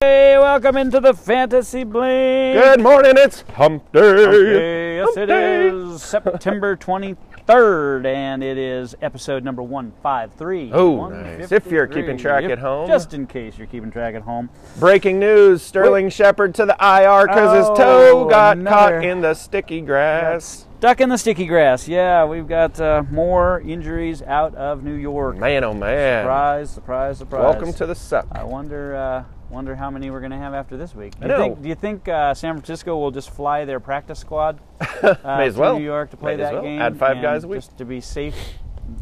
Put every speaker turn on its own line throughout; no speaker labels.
Hey, welcome into the Fantasy Blink.
Good morning, it's hump day.
Okay, yes,
Hump
it
day.
is September 23rd, and it is episode number 153.
Oh, nice. If you're keeping track
153.
at home.
Just in case you're keeping track at home.
Breaking news Sterling Shepard to the IR because his
Oh,
toe got
another-
caught in the sticky grass.
Duck in the sticky grass. Yeah, we've got uh, more injuries out of New York.
Man, oh man.
Surprise, surprise, surprise.
Welcome to the suck.
I wonder, uh, wonder how many we're going to have after this week. Do
I
you
know.
think, do you think uh, San Francisco will just fly their practice squad uh,
May as
to
well.
New York to play
Might as
that
well.
game?
Add five
and
guys a week.
just to be safe.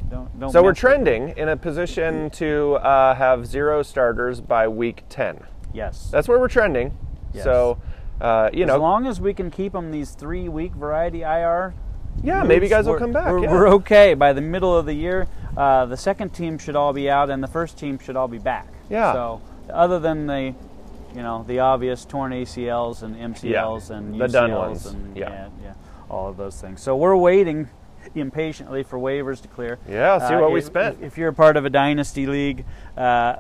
Don't, don't
So we're
mess with-
trending in a position to uh, have zero starters by week 10.
Yes.
That's where we're trending.
Yes.
So, uh, you
as
know,
long as we can keep them these three-week variety IR.
yeah, maybe
moves,
guys will
we're-
come back.
We're,
yeah.
we're okay by the middle of the year. Uh, the second team should all be out, and the first team should all be back.
Yeah.
So other than the, you know, the obvious torn ACLs and MCLs and
the
UCLs
done ones,
and
yeah.
yeah, yeah, all of those things. So we're waiting impatiently for waivers to clear. Uh,
Yeah, see what we
if-
spent.
If you're a part of a dynasty league, uh,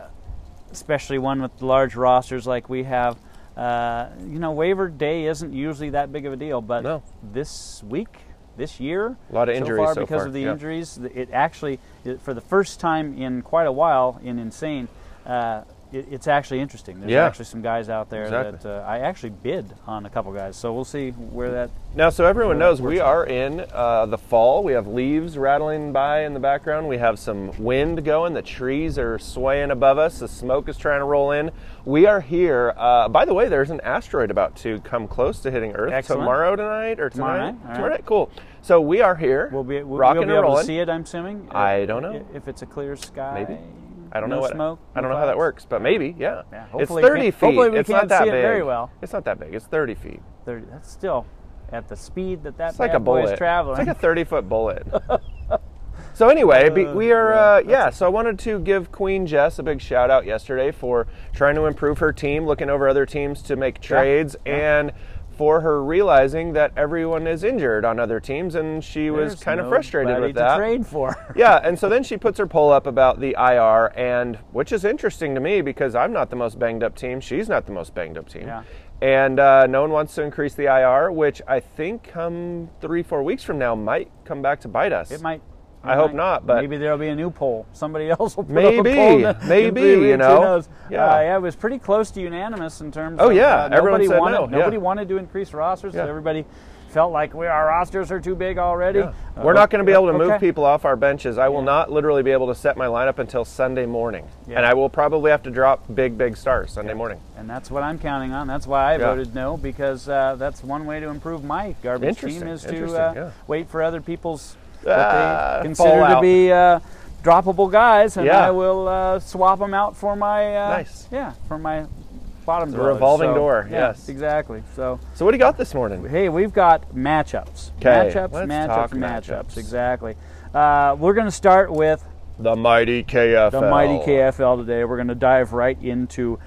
especially one with large rosters like we have, uh, you know, waiver day isn't usually that big of a deal. But
No.
this week, this year,
A lot of
so
injuries
far
so
because
far,
of the
yeah.
injuries. th- It actually, it, for the first time in quite a while, in insane. Uh, it, it's actually interesting. There's
Yeah.
actually some guys out there
Exactly.
that uh, I actually bid on a couple guys, so we'll see where that.
Now, so everyone
Yeah,
knows we are in uh, the fall. We have leaves rattling by in the background. We have some wind going. The trees are swaying above us. The smoke is trying to roll in. We are here. Uh, by the way, there's an asteroid about to come close to hitting Earth
Excellent.
tomorrow tonight or
Tomorrow
tonight.
night, all right.
Tomorrow night. Cool. So we are here.
We'll be we'll,
rocking
we'll be
and
able
rolling.
to see it. I'm assuming.
I don't know.
If it's a clear sky,
Maybe. I don't
no
know what.
smoke.
I don't
no
know how that
clouds.
works, but maybe, yeah.
Yeah,
it's
hopefully we
30
can-
feet.
hopefully we
it's
can't
not that
see it
big.
very well.
It's not that big. It's 30 feet.
Thirty- That's still at the speed that that
It's like
bad
a bullet.
boy is traveling.
It's like a 30 foot bullet. so, anyway, be- we are,
yeah,
uh, yeah, so I wanted to give Queen Jess a big shout out yesterday for trying to improve her team, looking over other teams to make trades, and for her realizing that everyone is injured on other teams, and she was
There's
kind of frustrated
nobody
with that.
To trade for.
Yeah, and so then she puts her poll up about the IR, and which is interesting to me because I'm not the most banged up team. She's not the most banged up team.
Yeah.
And uh, no one wants to increase the IR, which I think come three, four weeks from now might come back to bite us.
It might.
I
it
hope
might.
not, but-
maybe there'll be a new poll. Somebody else will put up a
Maybe,
poll. in- in
maybe,
three
you
weeks, who
know.
knows?
Yeah.
Uh, yeah, it was pretty close to unanimous in terms.
Oh,
of,
yeah,
uh,
everyone
nobody
said
wanted.
no, yeah.
Nobody wanted to increase rosters.
Yeah.
So everybody felt like we, our rosters are too big already. Uh,
Yeah. We're not going to be able to move
okay.
people off our benches. I will not literally be able to set my lineup until Sunday morning.
Yeah.
And I will probably have to drop big, big stars Sunday morning.
And that's what I'm counting on. That's why I
Yeah.
voted no because uh, that's one way to improve my garbage team
Interesting,
is to
interesting,
uh,
yeah.
wait for other people's
Ah,
what they consider to
fallout.
be uh, droppable guys, and
Yeah.
I will uh, swap them out for my uh,
Nice.
yeah for my bottom
a
dwellers.
revolving
So,
door,
yeah,
yes.
exactly. So
So, what do you got this morning?
hey, we've got matchups,
'Kay,
matchups,
let's
matchups,
talk
matchups.
matchups.
Exactly. Uh, we're going to start with
The mighty KFL.
the mighty KFL today. We're going to dive right into.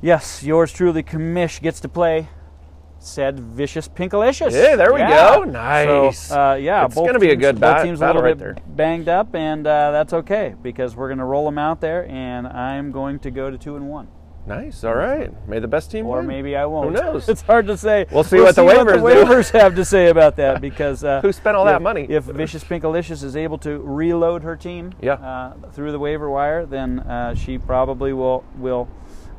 Yes, yours truly, Kamish, gets to play said vicious pinkalicious.
Yeah, there we
Yeah.
go. Nice.
So, uh, yeah,
It's
both
gonna be a
teams-
good
both
bat-
teams
battle
a little
right
bit
there.
banged up, and uh, that's okay because we're going to roll them out there, and I'm going to go to two and one.
Nice. All right. May the best team
Or
win.
maybe I won't.
knows?
It's hard to say.
We'll see what the waivers do.
waivers have to say about that because uh,
Who spent all that
if-
money?
If Vicious Pinkalicious is able to reload her team,
Yeah.
uh, through the waiver wire, then uh, she probably will will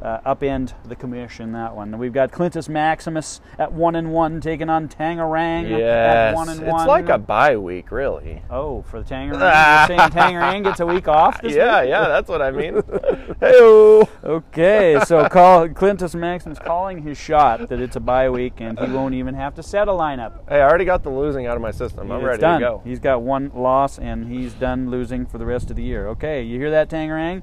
uh, upend the commission that one. We've got Clintus Maximus at one and one taking on Tangerang at
Yes.
one and
it's
one.
like a bye week, really.
oh for the Tangerang. You're saying Tangerang gets a week off this
Yeah,
week?
yeah, that's what I mean. hey
Okay, so call Clintus Maximus calling his shot that it's a bye week and he won't even have to set a lineup.
Hey, I already got the losing out of my system. I'm
It's
ready
done.
to go.
He's got one loss and he's done losing for the rest of the year. Okay, you hear that, Tangerang?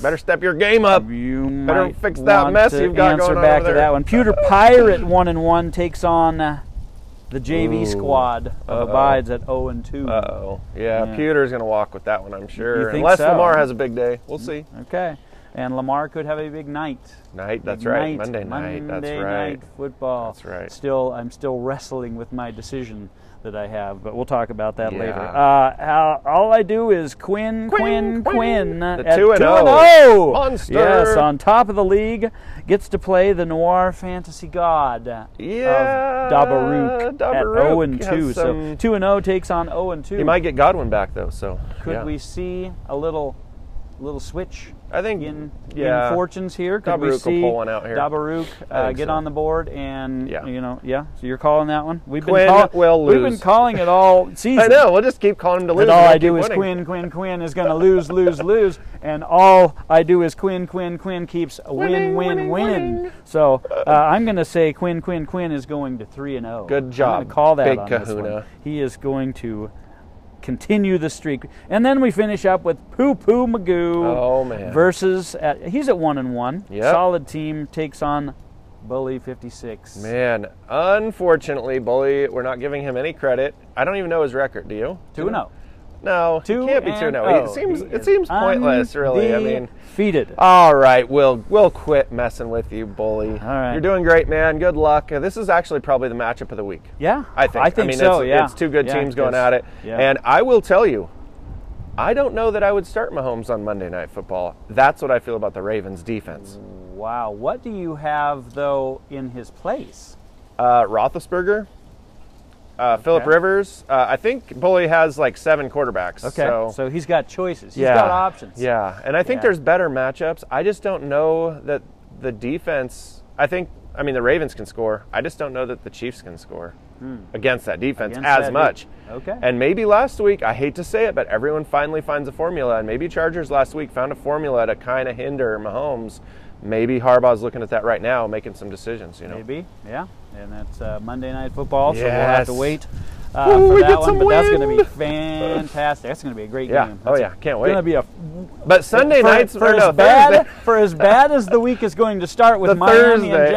Better step your game up.
You
Better
might
fix that
want
mess
to
you've got
answer
going on
back
over
to
there.
that one. Pewter Pirate one and one takes on uh, the JV
Ooh.
squad of
Uh-oh.
abides at zero and two.
Uh oh. Yeah,
Yeah.
Pewter's going to walk with that one, I'm sure.
think
Unless
so?
Lamar has a big day. We'll see.
Okay, and Lamar could have a big night.
Night, that's
Big
right.
night,
Monday night, that's
Monday
right.
night football.
That's right.
Still, I'm still wrestling with my decision that I have, but we'll talk about that
Yeah.
later. Uh, how, all I do is Quinn, Quinn,
Quinn,
Quinn.
Quinn. The
at
2 and 0.
0.
Monster.
Yes, on top of the league, gets to play the noir fantasy god uh,
Yeah,
of Dabaruk, at
Dabaruk
0 and
has
2. So
some-
2 and 0 takes on 0 and 2.
You might get Godwin back though, so
Could
yeah.
we see a little little switch
I think
in,
yeah.
in fortunes here? Could we
Dabaruk will
see
pull one out here.
Dabaruk
I
uh,
think
get
so.
on the board and
Yeah.
you know yeah? So you're calling that one? We've
Quinn
been calling
will
we've been
lose.
calling it all season.
I know. We'll just keep calling him to lose.
That
and
all
we'll
I do
keep
is
winning.
Quinn, Quinn, Quinn is going to lose, lose, lose, and all I do is Quinn, Quinn, Quinn keeps a win,
Winning,
win,
winning,
win.
winning.
So uh, I'm going to say Quinn, Quinn, Quinn is going to three and zero.
Good
I'm going
job,
to call that
Big
on this one.
Kahuna.
He is going to continue the streak, and then we finish up with Poo Poo Magoo.
Oh, man.
Versus at, he's at one and one.
Yep.
Solid team takes on Bully 56.
Man, unfortunately, Bully, we're not giving him any credit. I don't even know his record. Do you?
Two and oh. zero.
No,
Two
he can't be two.
and
and
oh.
oh. It seems
He
it
is
seems pointless, really. I mean,
undefeated.
all right, we'll we'll quit messing with you, Bully. All
right.
you're doing great, man. Good luck. Uh, This is actually probably the matchup of the week.
Yeah,
I think.
I think
mean,
so.
It's,
yeah,
it's two good
Yeah,
teams going
'cause-
at it.
yeah.
And I will tell you, I don't know that I would start Mahomes on Monday Night Football. That's what I feel about the Ravens defense.
wow, what do you have though in his place?
Uh, Roethlisberger, uh, Philip
Okay.
Rivers. Uh, I think Bully has like seven quarterbacks.
Okay, so,
so,
he's got choices. He's
yeah,
got options.
Yeah, and I think
Yeah.
there's better matchups. I just don't know that the defense. I think. I mean, the Ravens can score. I just don't know that the Chiefs can score against that defense
Hmm. Against
as
that
much.
de- okay.
And maybe last week, I hate to say it, but everyone finally finds a formula. And maybe Chargers last week found a formula to kind of hinder Mahomes. Maybe Harbaugh's looking at that right now, making some decisions. You know.
maybe. Yeah, and that's uh, Monday night football, so we'll have to
Yes.
wait uh,
Woo,
for
we
that
get
one.
some
But that's going to be
wind.
fantastic. That's going to be a great
Yeah.
game.
Oh, yeah. Can't wait.
Going to be a
But Sunday
for,
nights
for
or
as
no,
bad
Thursday-
for as bad as the week is going to start with
The
Miami and
Thursday. Ugh,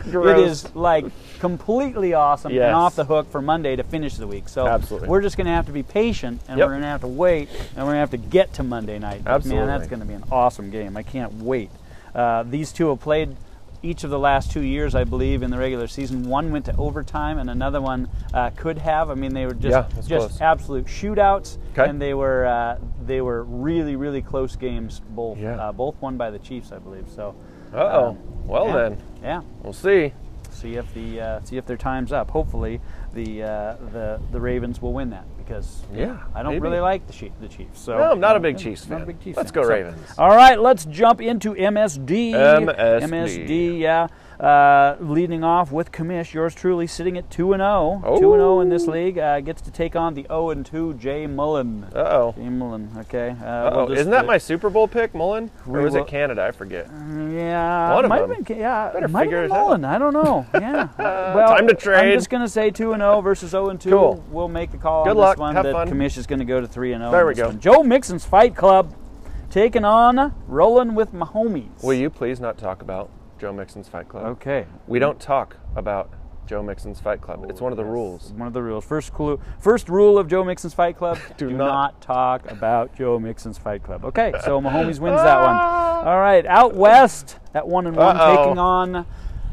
Jacksonville. it
gross.
is like completely awesome
Yes.
and off the hook for Monday to finish the week. So
Absolutely.
we're just going to have to be patient and
Yep.
we're going to have to wait and we're going to have to get to Monday night. But,
Absolutely.
man, that's going to be an awesome game. I can't wait. Uh, these two have played. Each of the last two years, I believe, in the regular season, one went to overtime, and another one uh, could have. I mean, they were just
Yeah, that's
just
close.
absolute shootouts,
Okay.
and they were uh, they were really really close games. Both
Yeah.
uh, both won by the Chiefs, I believe. So.
Uh-oh.
um,
Well
yeah.
then.
Yeah.
We'll see.
See if the uh, see if their time's up. Hopefully, the uh, the the Ravens will win that because
Yeah,
I don't
maybe.
really like the Chiefs. The Chiefs. So
No, I'm not a big
yeah,
Chiefs
not a
fan.
big Chiefs
Let's
fan.
go
So-
Ravens.
all right, let's jump into MSD.
MSD.
MSD, yeah. Uh, leading off with Commish, yours truly sitting at 2 and 0. 2 and 0 in this
Oh.
league. Uh, gets to take on the 0 and 2 Jay Mullen.
Uh oh.
Jay Mullen, okay. Uh,
Uh-oh.
we'll just-
Isn't that my Super Bowl pick, Mullen?
We
Or was
will-
it Canada? I forget.
uh, Yeah.
One of
might
them.
Have been, yeah.
Better
might
figure
have
it
been
out.
Mullen. I don't know. Yeah. well,
Time to
I'm
trade.
just gonna say two and zero versus zero and two.
Cool.
We'll make the call
Good
on
luck.
this one.
Have
that
fun.
Commish is gonna go to three and zero.
There
on
we
this
go.
one. Joe Mixon's Fight Club, taking on Rolling with my homies.
Will you please not talk about Joe Mixon's Fight Club?
Okay.
We don't talk about Joe Mixon's Fight Club. it's one of the
Yes,
rules.
One of the rules. First clue. First rule of Joe Mixon's Fight Club:
Do
do
not-
not talk about Joe Mixon's Fight Club. Okay, so Mahomes wins that one. All right, out west at one and one,
Ah! Uh-oh.
taking on,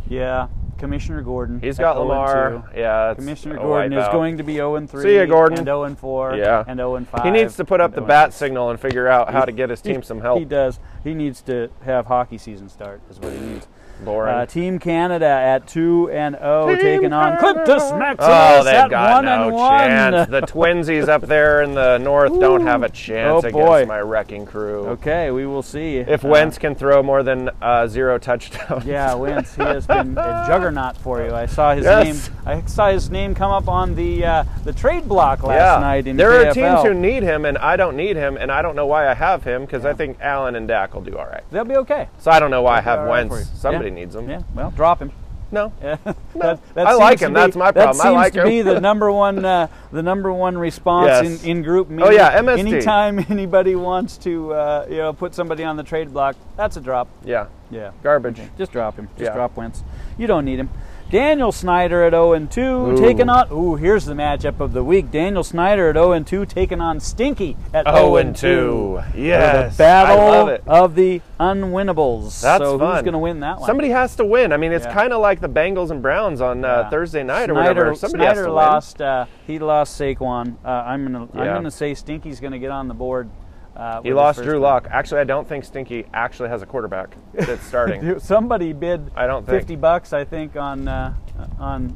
yeah, Commissioner Gordon.
He's
at
got
0 and
Lamar.
2.
Yeah. it's
Commissioner
a
Gordon is
wipeout.
going to be 0 and 3.
See ya, Gordon.
And 0 and 4.
Yeah.
And 0 and 5.
He needs to put up
and
the
0 and
bat signal and figure out how to get his team some
He
help.
does. He needs to have hockey season start, is what he needs.
Boring.
Uh, Team Canada at 2 and 0,
Team
taking on
Canada.
Cliptus Maximus
Oh, they've
at
got
1
no
and 1.
chance. The twinsies up there in the north don't have a chance
Oh,
against
boy.
my wrecking crew.
Okay, we will see.
If
Uh,
Wentz can throw more than uh, zero touchdowns,
yeah, Wentz, he has been a juggernaut for you. I saw his
Yes.
name. I saw his name come up on the uh, the trade block last
Yeah.
night in
there
KFL.
are teams who need him, and I don't need him, and I don't know why I have him because I think Allen and Dak will do all right.
They'll be okay.
So I don't know why I
They'll
have
be all right
Wentz.
for you.
Somebody
Yeah.
needs him.
Yeah, well, drop him.
No.
Yeah.
I
seems
like
to
him. That's my problem.
That
I
seems
like
to
him.
be the number one, uh, the number one response
Yes.
in, in group meetings.
Oh, yeah, MSD.
Anytime anybody wants to, uh, you know, put somebody on the trade block, that's a drop.
Yeah.
Yeah.
Garbage.
Just drop him. Just
Yeah.
drop Wentz. You don't need him. Daniel Snyder at 0 and 2 taking on. Ooh, here's the matchup of the week. Daniel Snyder at 0 and 2 taking on Stinky at 0
Oh,
and 2.
Yes.
The battle
I love it.
of the unwinnables.
That's
so
fun.
who's going to win that one?
Somebody has to win. I mean, it's
Yeah.
kind of like the Bengals and Browns on uh,
Yeah.
Thursday night
Snyder,
or whatever. Somebody
Snyder
has to
lost. Uh, he lost Saquon. Uh, I'm gonna.
Yeah.
I'm gonna say Stinky's gonna get on the board. Uh,
win. He lost Drew Lock. Actually, I don't think Stinky actually has a quarterback that's starting.
Somebody bid.
I don't think.
50 bucks, I think, on uh, on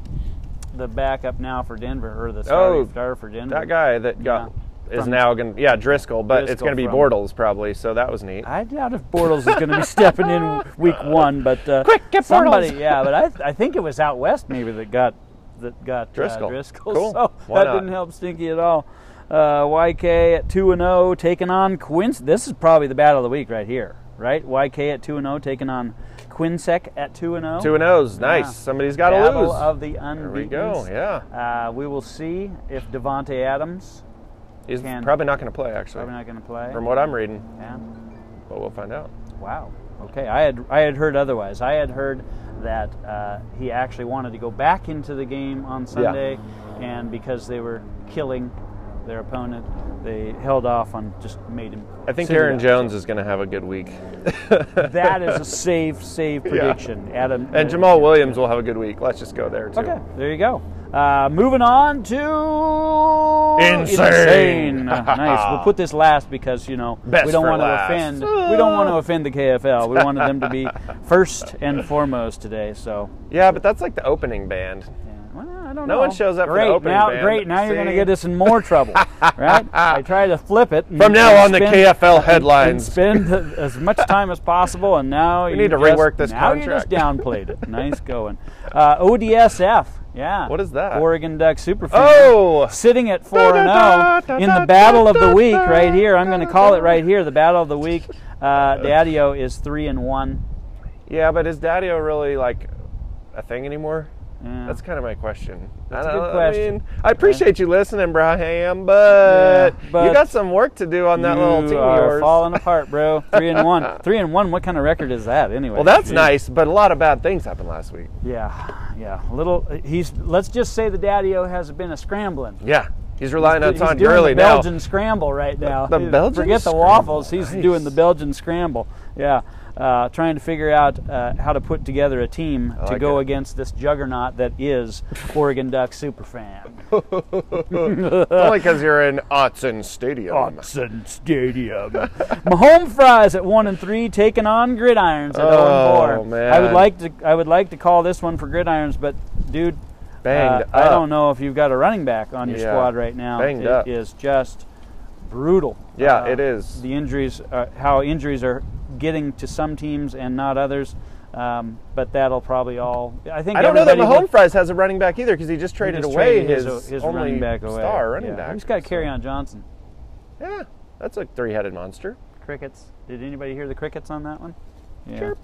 the backup now for Denver or the starting
Oh,
starter for Denver.
that guy that got
Yeah.
is
From-
now going. to Yeah, Driscoll, but it's
Driscoll
going to be
from-
Bortles probably. So that was neat.
I doubt if Bortles is going to be stepping in week one, but uh,
Quick, get
somebody,
Bortles.
yeah, but I, I think it was out west maybe that got that got
Driscoll.
Uh, Driscoll.
Cool.
So
Why
that
not?
didn't help Stinky at all. Uh, YK at two and zero taking on Quince. This is probably the battle of the week right here, right? YK at two and zero taking on Quinsec at two and zero.
Two and O's. Nice.
Yeah.
Somebody's got to
Battle
lose.
of the
there
unbeaten.
we go. Yeah.
Uh, we will see if Devonte Adams
He's
Can-
probably not going to play actually,
probably not going to play.
from what I'm reading.
Yeah.
But we'll find out.
Wow. Okay. I had I had heard otherwise. I had heard that uh, he actually wanted to go back into the game on Sunday, and because they were killing their opponent, they held off on just made him.
I think
sit it
Aaron
out.
Jones is going to have a good week,
That is a save save prediction, Adam. uh,
and Jamal Williams will have a good week. Let's just go there too.
Okay. There you go. Uh, moving on to
Insane.
nice. We'll put this last because you know
Best
we don't
for
want
last.
to offend. We don't want to offend the KFL. We wanted them to be first and foremost today. So
Yeah, but that's like the opening band.
Yeah, Well, I don't
No
know.
one shows up for the
great,
opening
now,
band.
Great, now you're going to
See?
get us in more trouble, right? I try to flip it. and-
From now
and
on, the
spend-
KFL
And
headlines.
spend as much time as possible, and now you
need to
just-
rework this
now
contract.
you just downplayed it. Nice going. Uh, ODSF, yeah.
What is that?
Oregon Duck Superfan.
Oh,
Sitting at 4
Da, da, da,
and
da,
0 in
da,
the battle of
da,
the week
da,
right here. I'm
da,
going to
da,
call
da.
it right here. The battle of the week. Uh, Daddio is 3 and 1.
yeah, but is Daddio really like a thing anymore?
Yeah.
That's kind of my question.
That's
I
a good
don't- I
question.
mean, I appreciate you listening, Brian, but,
Yeah, but
you got some work to do on that little
You
team of
are
yours.
falling apart, bro. Three and one. Three and one. What kind of record is that, anyway?
well, that's
Jeez.
nice, but a lot of bad things happened last week.
Yeah, yeah. A little. He's. Let's just say the daddy-o has been a scrambling.
Yeah, he's relying on
he's
Todd
doing
Gurley
the
now.
Belgian scramble right now.
the Belgian
Forget the
scramble,
waffles. He's doing the
nice.
Belgian scramble. Yeah. Uh, trying to figure out uh, how to put together a team to
like
go
it.
against this juggernaut that is Oregon Duck superfan.
Oh, Only because you're in Otson Stadium.
Oh, Hudson Stadium. Mahome Fries at one and three, taking on Gridirons at zero
Oh,
and four. I
man.
would like to I would like to call this one for Gridirons, but dude,
Banged
uh, I
up.
don't know if you've got a running back on your
Yeah.
squad right now.
Banged
It
up.
is just brutal. Uh,
Yeah, it is.
The injuries, are, how injuries are getting to some teams and not others. Um, but that'll probably all. I think
I don't know that
everybody
Mahomes Fries has a running back either because he just traded
just
away
traded
his, only
running back away.
star running
Yeah,
back.
He's got
so-
carry on Johnson.
Yeah, that's a three-headed monster.
Crickets. Did anybody hear the crickets on that one? Yeah. Chirp.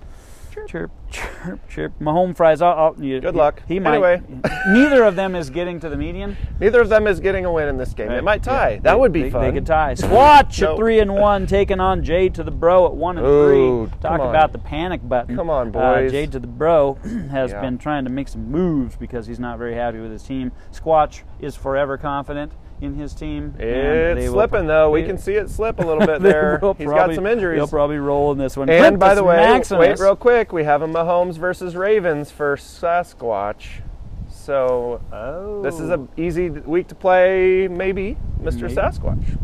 Chirp, chirp, chirp, chirp. Mahome fries. Oh, oh, you,
Good luck.
He, might.
Anyway.
neither of them is getting to the median.
Neither of them is getting a win in this game. It might tie.
Yeah.
that
They-
would be
they,
fun.
They could tie. Swatch
No.
at three and one, taking on Jade to the Bro at one and
Ooh,
three.
come
Talk
on.
about the panic button.
Come on,
Uh,
boys.
Jade to the Bro has
Yeah.
been trying to make some moves because he's not very happy with his team. Squatch is forever confident in his team. and
It's
they will-
slipping though. We
they-
can see it slip a little bit
they
there.
will
He's got
probably-
some injuries.
He'll probably roll in this one.
and by
Quintus
the way, wait
Maximus.
real quick. We have a Mahomes versus Ravens for Sasquatch. So
Oh.
this is an easy week to play, maybe, Mr.
Maybe.
Sasquatch.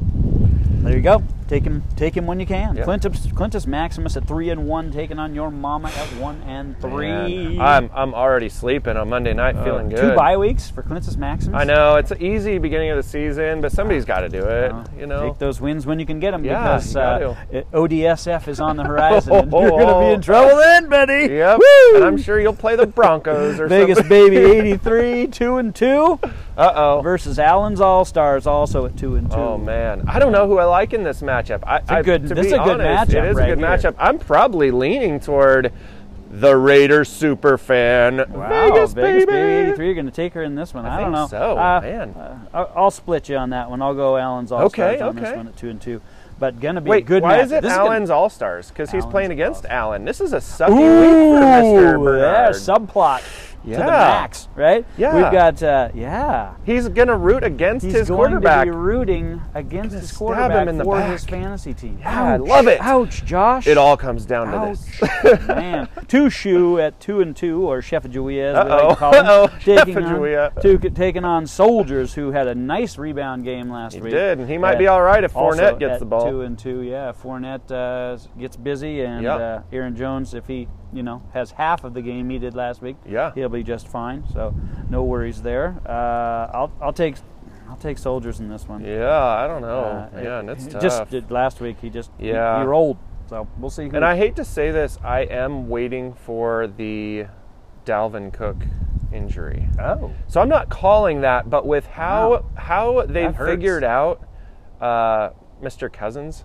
There you go. Take him. Take him when you can.
Yeah.
Clintus, Clintus Maximus at three and one, taking on your mama at one and three. Oh,
Man, I'm I'm already sleeping on Monday night, feeling good.
Uh, Two bye weeks for Clintus Maximus.
I know it's an easy beginning of the season, but somebody's got to do it.
Uh,
you know,
take those wins when you can get them
Yeah,
because
you
uh, it- ODSF is on the horizon. and
Oh,
you're going to be in trouble then, buddy.
yep.
Woo!
And I'm sure you'll play the Broncos or
Vegas
something.
baby, eighty-three, two and two
Uh oh.
versus Allen's All Stars, also at two and two.
Oh man, I don't know who I like in this matchup. I,
a
I-
good-
to
this
be
is a good
honest, It
matchup
is
right
a good
here.
matchup. I'm probably leaning toward the Raiders super fan.
Wow,
Vegas, baby.
baby, 83. You're going to take her in this one. I, don't
think
know.
so,
Uh,
man.
uh, I'll- I'll split you on that one. I'll go Allen's all
Okay,
stars on this
okay.
one at two and two. But going to be
Wait,
a good.
why
matchup.
is it
This
Allen's All Stars? Because he's
Allen's
playing against
All-Stars.
Allen. This is a sucky
Gonna...
week for Mr.
Ooh,
Bernard.
yeah, subplot. to
Yeah.
the max, right?
Yeah.
We've got, uh, yeah.
He's going to root against
He's
his
going
quarterback.
to be rooting against his
stab him
quarterback
in the
for
back.
his fantasy team.
Yeah, I
Ouch.
love it.
Ouch, Josh.
It all comes down to this.
Ouch, man. Two shoe at two and two, or Chef Julia, as we
Uh-oh.
like to call him,
Uh-oh.
taking
Shefajouia.
on, took- taking on soldiers who had a nice rebound game last week.
did, and he might
At-
be all right if
also
Fournette gets
at
the ball.
Two and two, yeah. Fournette uh, gets busy, and
Yep.
uh, Aaron Jones, if he you know has half of the game he did last week,
Yeah.
he'll be just fine. So no worries there. Uh, I'll I'll take I'll take soldiers in this one.
yeah, I don't know.
Uh,
yeah, and it's
it-
tough.
Just did last week, he just he-
Yeah.
he, rolled. So we'll see. Who,
and I hate to say this, I am waiting for the Dalvin Cook injury.
oh
So I'm not calling that, but with how
Wow.
how they
That hurts.
figured out uh, Mr. Cousins,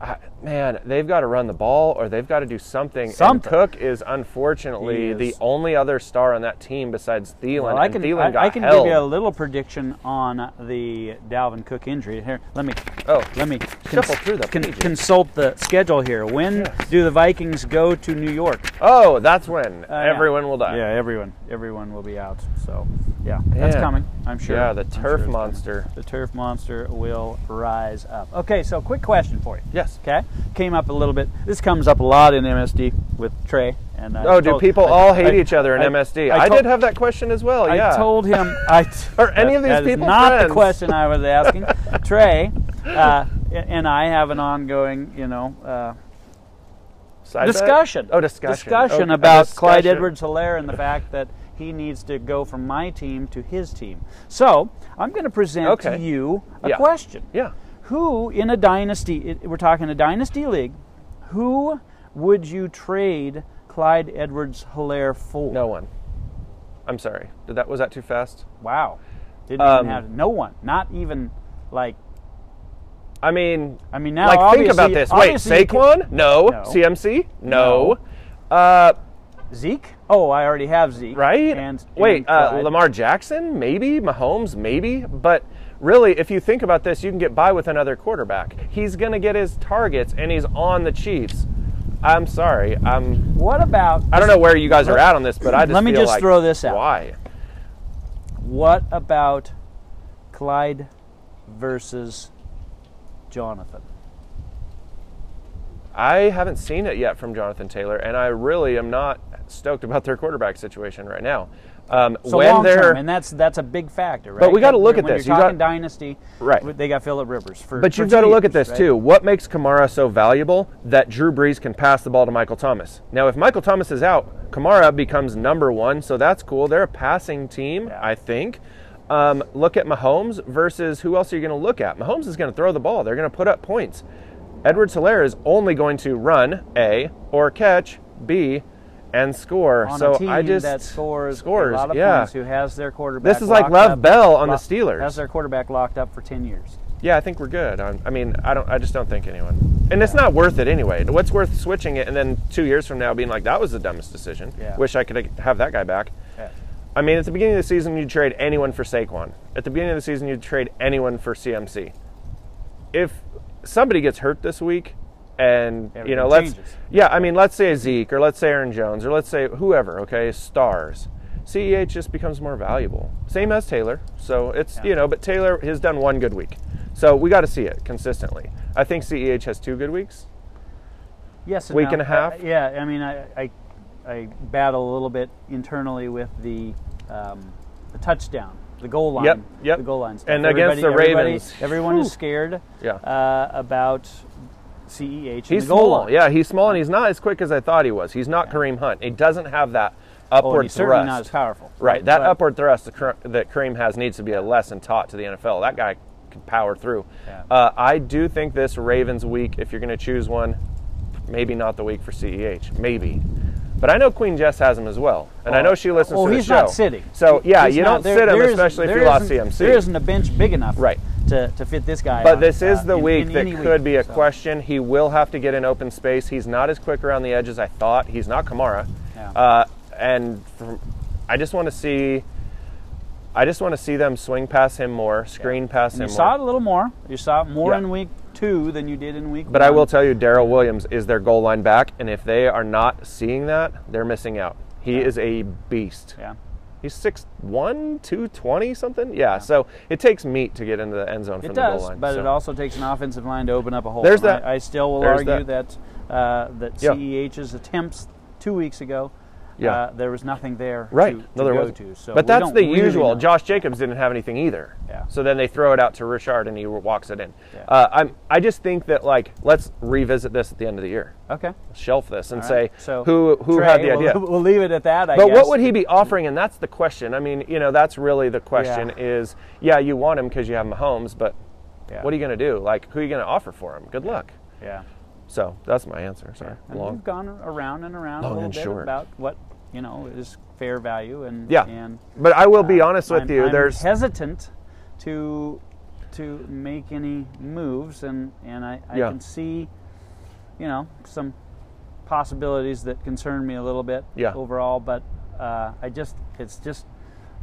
I, man, they've got to run the ball or they've got to do something. And
Something.
Cook is unfortunately
He is.
the only other star on that team besides Thielen.
well, I
and
can
Thielen
I,
got
I can
held.
give you a little prediction on the Dalvin Cook injury. Here, let me
Oh,
let me
Shuffle through the pages.
consult the schedule here. When
Yes.
do the Vikings go to New York?
oh, that's when
Uh, yeah.
everyone will die.
Yeah, everyone, everyone will be out. So, yeah, that's
Yeah.
coming. I'm sure.
Yeah, the
I'm
turf
it's coming.
monster.
The turf monster will rise up. Okay, so quick question for you.
Yes.
Okay, came up a little bit. This comes up a lot in MSD with Trey and. I
Oh, do
told-
people
I-
all
I-
hate each other in
I-
MSD?
I
I,
told-
did have that question as well.
I
yeah.
told him I. T-
Are any of these
that is
people
not
friends?
the question I was asking. Trey uh, and I have an ongoing, you know, uh,
Side bet?
discussion.
Oh, discussion.
Discussion
Okay,
about Clyde
discussion.
Edwards Hilaire and the fact that he needs to go from my team to his team. So I'm going to present
Okay.
to you a
Yeah.
question.
Yeah.
Who in a dynasty, it- we're talking a dynasty league, who would you trade Clyde Edwards Hilaire for?
No one. I'm sorry. Did that was that too fast?
Wow. Didn't
Um,
even have, no one. Not even like,
I mean,
I mean, now
like think about
obviously-
this. Wait,
obviously you can-
Saquon? No.
No.
CMC? No. Uh,
Zeke? Oh, I already have Zeke.
right?
And
wait,
and
uh,
Clyde.
Lamar Jackson? Maybe Mahomes? Maybe, but. Really, if you think about this, you can get by with another quarterback. He's going to get his targets, and he's on the Chiefs. I'm sorry. I'm,
What about
I don't know where you guys are at on this, but I just
Let me
feel
just
like,
throw this out.
Why?
What about Clyde versus Jonathan?
I haven't seen it yet from Jonathan Taylor, and I really am not stoked about their quarterback situation right now. Um,
So
when
long
they're
term, and that's that's a big factor, right?
we gotta
When-
look at
when
this.
You're
You
talking
got-
dynasty,
Right.
They got Philip Rivers for.
But
for
you've
two
got to look at
years,
this
right?
too. What makes Kamara so valuable? That Drew Brees can pass the ball to Michael Thomas. Now, if Michael Thomas is out, Kamara becomes number one, so that's cool. They're a passing team,
Yeah.
I think. Um, look at Mahomes versus who else are you going to look at? Mahomes is going to throw the ball. They're going to put up points. Edward Hilaire is only going to run A or catch B and score.
On
so
a team
I just
that scores,
scores.
a lot of
yeah.
points, who has their quarterback.
This is like
locked
Lev
up-
Bell on the
lock-
Steelers.
Has their quarterback locked up for ten years.
Yeah, I think we're good. i I mean, I don't. I just don't think anyone. And it's not worth it anyway. What's worth switching it and then two years from now being like that was the dumbest decision.
Yeah.
Wish I could have that guy back.
Yeah.
I mean, at the beginning of the season, you'd trade anyone for Saquon. At the beginning of the season, you'd trade anyone for CMC. If somebody gets hurt this week, and you know,
Everything
let's
changes.
yeah, I mean, let's say Zeke or let's say Aaron Jones or let's say whoever, okay, stars. CEH just becomes more valuable. Same as Taylor. So it's,
Yeah.
you know, but Taylor has done one good week. So we got to see it consistently. I think CEH has two good weeks.
Yes, and
Week
no.
and a half?
Uh, yeah, I mean, I, I, I battle a little bit internally with the, um, the touchdown, the goal line,
Yep, yep.
the goal line stuff.
And against
Everybody-
the
everybody-
Ravens.
everyone is scared
Yeah.
uh, about CEH. and
He's
the goal
small.
line.
Yeah, he's small and he's not as quick as I thought he was. He's not Kareem Hunt. He doesn't have that upward
oh, and he's certainly
thrust.
not as powerful.
Right, that
But-
upward thrust that Kar- that Kareem has needs to be a lesson taught to the NFL. That guy can power through.
Yeah.
Uh, I do think this Ravens week, if you're going to choose one, maybe not the week for CEH, maybe. But I know Queen Jess has him as well, and I know she listens
Oh,
to the
he's
show.
not sitting.
So yeah,
He's
you
not-
don't
there-
sit him,
there isn't-
especially if
there
you lost
isn't-
CMC.
There isn't a bench big enough,
Right.
to, to fit this guy.
But
on,
this is
uh,
the
in-
week
in
that
any
could be a
so.
question. He will have to get in open space. He's not as quick around the edge as I thought. He's not Kamara.
Yeah.
Uh, and from, I just want to see. I just want to see them swing past him more, screen past
And
him
you saw it a
more.
little more. You saw it more
Yeah.
in week two than you did in week.
But I
one.
will tell you, Daryl Williams is their goal line back, and if they are not seeing that, they're missing out. He is a beast.
Yeah.
He's 6'1", 220 something. Yeah, so it takes meat to get into the end zone from
It
the
does,
goal line.
but
so.
it also takes an offensive line to open up a hole.
There's
And I-
that.
I, still will
There's
argue that that, uh, that
Yeah.
CEH's attempts two weeks ago,
Yeah.
uh, there was nothing there
right.
to, to
no, there
go
wasn't.
to. So
but
we
that's
don't
the
really
usual.
know.
Josh Jacobs didn't have anything either.
Yeah.
So then they throw it out to Richard and he walks it in.
Yeah.
Uh, I'm, I just think that like let's revisit this at the end of the year.
Okay.
Shelf this and
All
say
right. so
who who
Trey,
had the idea.
We'll, we'll leave it at that. I
But
guess.
what would he be offering? And that's the question. I mean, you know, that's really the question
Yeah.
is, yeah, you want him because you have Mahomes, but
Yeah.
what are you going to do? Like, who are you going to offer for him? Good luck.
Yeah.
So that's my answer. Sorry.
And
Long.
we've gone around and around
Long
a little
and
bit
short.
about what you know is fair value and
Yeah.
and
But I will be honest with
Uh, I'm,
you.
I'm
there's
hesitant to to make any moves, and and I, I
Yeah.
can see, you know, some possibilities that concern me a little bit
Yeah.
overall. But uh, I just it's just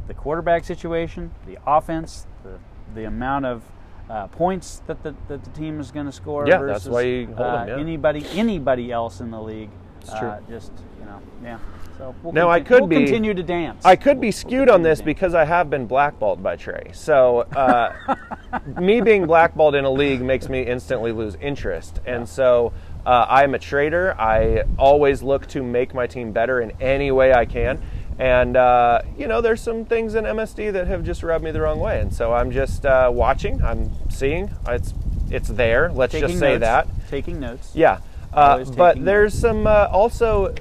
the quarterback situation, the offense, the the amount of. Uh, points that the, that the team is going to score
Yeah, that's
versus
why you hold 'em,
uh,
yeah.
anybody anybody else in the league.
It's true.
Uh, just you know, yeah. So we'll
Now, I
conti-
could
we'll
be-
continue to dance.
I could be
We'll
skewed on
continue to
this
dance.
because I have been blackballed by Trey. So uh, me being blackballed in a league makes me instantly lose interest, and so uh, I'm a trader. I always look to make my team better in any way I can, and uh, you know there's some things in MSD that have just rubbed me the wrong way, and so I'm just uh, watching. I'm seeing. It's it's there. Let's
Taking
just say
notes,
that.
Taking notes.
Yeah. Uh,
Always
but
taking-
there's some uh, also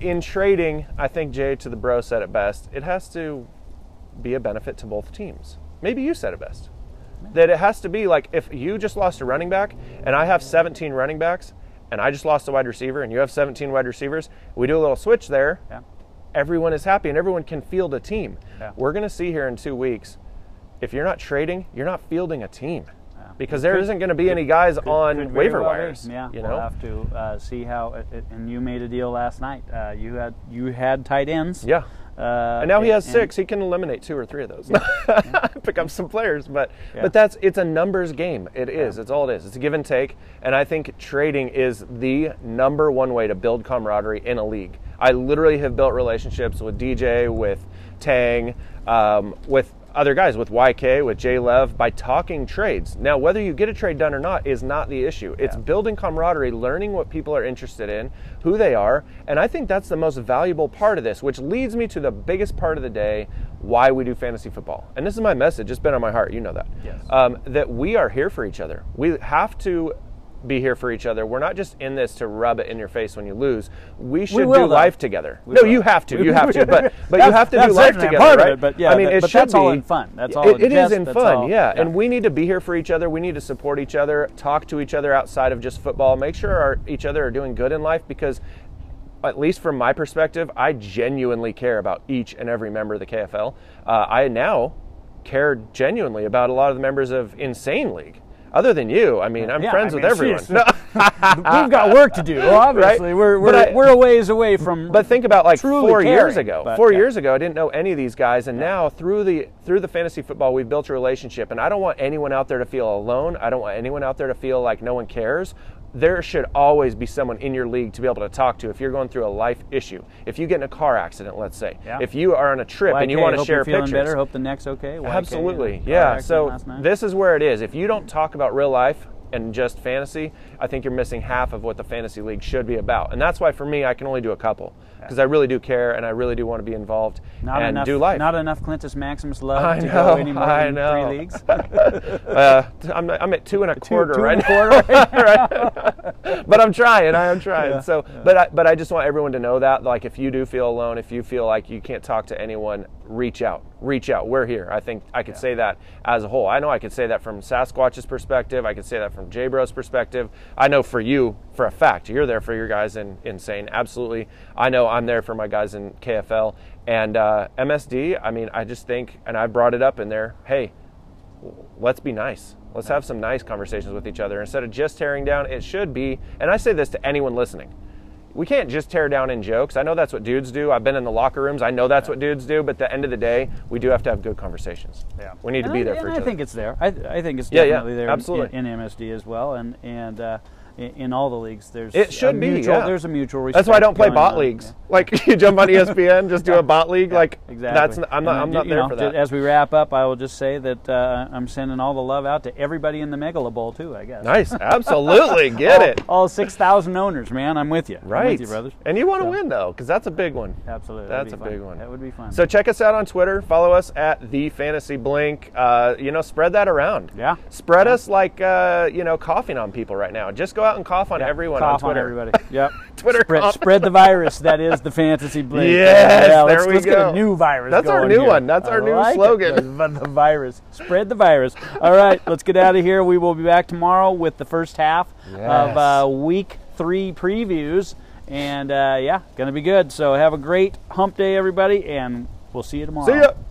in trading. I think Jay to the bro said it best. It has to be a benefit to both teams. Maybe you said it best. That it has to be like if you just lost a running back and I have 17 running backs and I just lost a wide receiver and you have 17 wide receivers, we do a little switch there.
Yeah.
Everyone is happy and everyone can field a team.
Yeah.
We're going to see here in two weeks if you're not trading, you're not fielding a team
Yeah.
because there not going to be any guys on
Could very
waiver
well be.
wires.
Yeah,
you
we'll
know?
have to uh, see how. It, it- and you made a deal last night. Uh, you had you had tight ends.
Yeah.
Uh,
And now he has
and-
six. He can eliminate two or three of those. Pick up some players, but
Yeah.
but that's it's a numbers game. It is. It's all it is. It's a give and take. And I think trading is the number one way to build camaraderie in a league. I literally have built relationships with DJ, with Tang, um, with other guys, with YK, with J Lev, by talking trades. Now, whether you get a trade done or not is not the issue. It's
Yeah.
building camaraderie, learning what people are interested in, who they are, and I think that's the most valuable part of this, which leads me to the biggest part of the day why we do fantasy football. And this is my message, it's been on my heart, you know that.
Yes.
Um, that we are here for each other. We have to be here for each other. We're not just in this to rub it in your face when you lose. We should
will,
do
though.
life together.
We
no,
will.
you have to. You have to. But but you
That's-
have to do
that's
life
definitely a
together,
part of
right?
it, but yeah,
I mean,
that-
it
but
should
that's all
be-
in fun. That's all
It,
in
it is
jest.
in
That's
fun.
all-
yeah,
yeah.
and we need to be here for each other. We need to support each other, talk to each other outside of just football, make sure our, each other are doing good in life because, at least from my perspective, I genuinely care about each and every member of the KFL. Uh, I now care genuinely about a lot of the members of Insane League. Other than you, I mean, I'm
Yeah,
friends
I
with
mean,
everyone.
she's- We've got work to do. obviously, we're
But
we're,
I-
we're a ways away from.
But think about like
Mm-hmm. truly
four years
caring,
ago.
but
Four
yeah.
years ago, I didn't know any of these guys, and now through the through the fantasy football, we've built a relationship. And I don't want anyone out there to feel alone. I don't want anyone out there to feel like no one cares. There should always be someone in your league to be able to talk to if you're going through a life issue. If you get in a car accident, let's say,
Yeah.
if you are on a trip and you
YK,
want to
hope
share
you're feeling
pictures,
better. Hope the neck's okay. YK,
Absolutely.
car
Yeah.
accident
So
last night.
this is where it is. If you don't talk about real life and just fantasy, I think you're missing half of what the fantasy league should be about. And that's why for me, I can only do a couple because I really do care and I really do want to be involved
not
and
enough,
do life.
Not enough Clintus Maximus love
I
to
know,
go any more
I
than
know.
three leagues.
uh, t- I'm, I'm at two and a quarter
two
right
and a
now. Right. but I'm trying. I am trying. so, but I, but I just want everyone to know that, like, if you do feel alone, if you feel like you can't talk to anyone, reach out. Reach out. We're here. I think I could say that as a whole. I know I could say that from Sasquatch's perspective. I could say that from J Bro's perspective. I know for you, for a fact, you're there for your guys in insane. Absolutely. I know I'm there for my guys in KFL and uh, MSD. I mean, I just think, and I brought it up in there. Hey, let's be nice. Let's have some nice conversations with each other instead of just tearing down. It should be, and I say this to anyone listening. We can't just tear down in jokes. I know that's what dudes do. I've been in the locker rooms. I know that's what dudes do. But at the end of the day, we do have to have good conversations.
Yeah.
We need to
And
be
I,
there
and
for each
I
other.
think it's there. I, I think it's
Yeah, yeah,
definitely there in-
absolutely.
In, in MSD as well. And and uh, in, in all the leagues. There's
It should
a
be,
mutual,
yeah.
There's a mutual respect.
That's why I don't play
going
bot
on,
leagues.
yeah.
Like you jump on E ESPN, just do a bot league. like
Exactly.
that's I'm not
And,
I'm not
you
there
know,
for that.
As we wrap up, I will just say that uh, I'm sending all the love out to everybody in the Megala Bowl too. I guess.
nice, absolutely get
all,
it
all six thousand owners, man. I'm with you. Oh, I'm
right,
with you, brothers.
And you want to
So-
win though, because that's a big one.
Absolutely. That'd
That's
be
a
fun.
big one.
That would be fun.
So check us out on Twitter. Follow us at the Fantasy Blink. Uh, you know, spread that around.
Yeah.
Spread us like uh, you know coughing on people right now. Just go out and cough on
Yeah,
everyone
cough
on Twitter.
everybody. Yep.
Twitter
Spread,
cough.
spread the virus. That is the fantasy blink.
Yes,
yeah,
there
let's,
we
let's get
go.
a new virus.
That's our
going
new
here.
one. That's our
I
new
like it.
slogan.
The, the virus. Spread the virus. All right, let's get out of here. We will be back tomorrow with the first half
Yes.
of uh, week three previews, and uh, yeah, gonna be good. So have a great hump day, everybody, and we'll see you tomorrow.
See ya.